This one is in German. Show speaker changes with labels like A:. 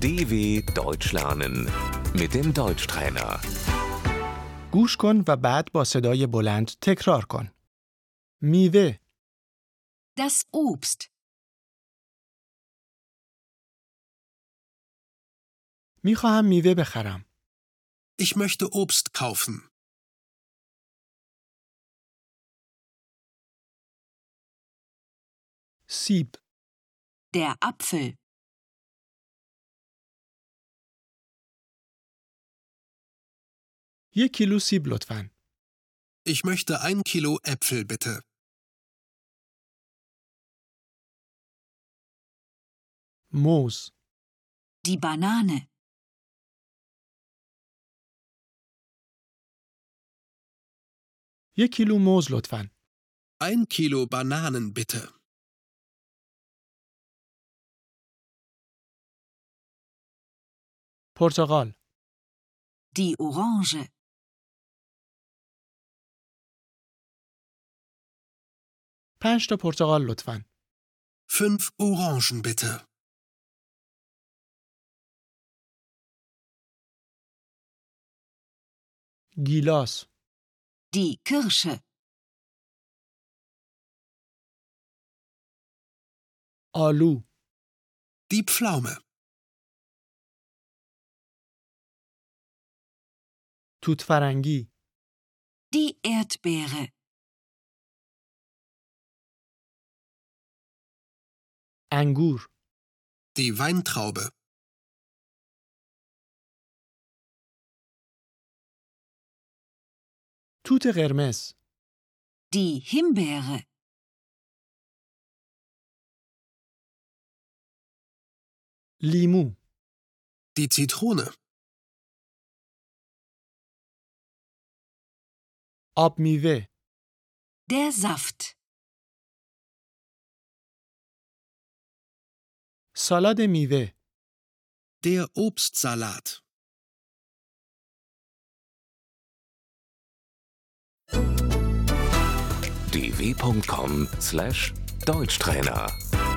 A: DW Deutsch lernen mit dem Deutschtrainer.
B: گوش کن و بعد با صدای بلند تکرار کن. میوه،
C: Das Obst,
B: میخواهم میوه بخرم.
D: Ich möchte Obst kaufen.
B: سیب،
C: der Apfel,
B: یک کیلو سیب لطفاً.
D: Ich möchte ein Kilo Äpfel bitte.
B: موز،
C: die Banane,
B: یک کیلو موز لطفاً.
D: Ein Kilo Bananen bitte.
B: پرتقال،
C: die Orange,
B: پنج تا پرتقال لطفاً.
D: Fünf Orangen bitte.
B: گیلاس،
C: die Kirsche,
B: آلو،
D: Die Pflaume.
B: توت فرنگی،
C: die Erdbeere,
B: انگور،
D: Die Weintraube.
B: توت قرمز،
C: die Himbeere,
B: لیمو،
D: Die Zitrone.
B: آب میوه،
C: der Saft,
B: سالاد میوه،
D: Der Obstsalat.
A: dw.com/deutschtrainer